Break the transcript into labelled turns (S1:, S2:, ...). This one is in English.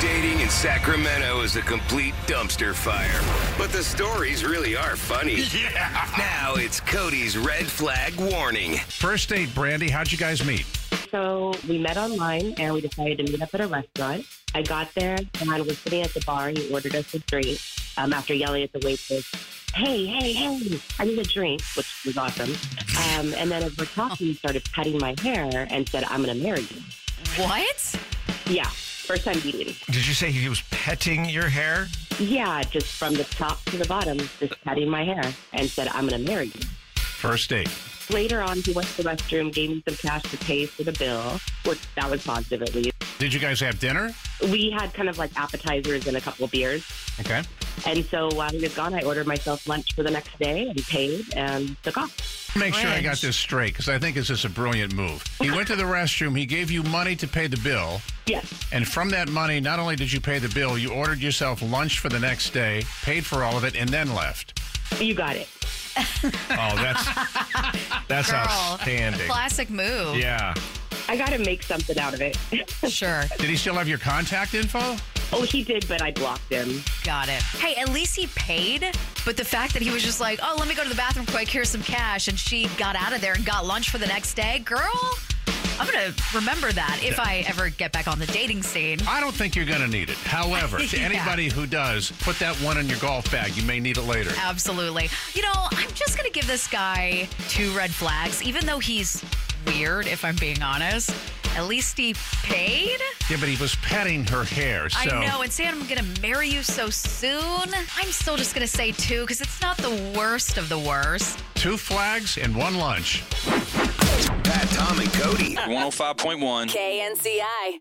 S1: Dating in Sacramento is a complete dumpster fire. But the stories really are funny. Yeah. Now it's Cody's red flag warning.
S2: First date, Brandy. How'd you guys meet?
S3: So we met online and we decided to meet up at a restaurant. I got there and I was sitting at the bar. He ordered us a drink um, after yelling at the waitress, Hey, hey, hey, I need a drink, which was awesome. Um, and then as we're talking, he started petting my hair and said, I'm going to marry you.
S4: What?
S3: Yeah, first time meeting.
S2: Did you say he was petting your hair?
S3: Yeah, just from the top to the bottom, just petting my hair and said, I'm going to marry you.
S2: First date.
S3: Later on, he went to the restroom, gave me some cash to pay for the bill, which that was positive at least.
S2: Did you guys have dinner?
S3: We had kind of like appetizers and a couple of beers.
S2: Okay.
S3: And so while he was gone, I ordered myself lunch for the next day and paid and took off.
S2: Make sure I got
S4: Cringe.
S2: this straight because I think this is a brilliant move. He went to the restroom. He gave you money to pay the bill.
S3: Yes.
S2: And from that money, not only did you pay the bill, you ordered yourself lunch for the next day, paid for all of it, and then left.
S3: You got it.
S2: Oh, that's that's
S4: Girl.
S2: outstanding.
S4: Classic move.
S2: Yeah.
S3: I got to make something out of it.
S4: Sure.
S2: Did he still have your contact info?
S3: oh, he did, but I blocked him.
S4: Got it. Hey, at least he paid. But the fact that he was just like, oh, let me go to the bathroom quick. Here's some cash. And she got out of there and got lunch for the next day. Girl, I'm going to remember that if I ever get back on the dating scene.
S2: I don't think you're going to need it. However, to
S4: Yeah.
S2: anybody who does, put that one in your golf bag. You may need it later.
S4: Absolutely. You know, I'm just going to give this guy two red flags, even though he's weird, if I'm being honest. At least he paid.
S2: Yeah, but he was petting her hair. So
S4: I know, and saying I'm going to marry you so soon, I'm still just going to say two because it's not the worst of the worst.
S2: two flags and one lunch.
S1: Pat, Tom, and Cody.
S5: 105.1.
S6: KNCI.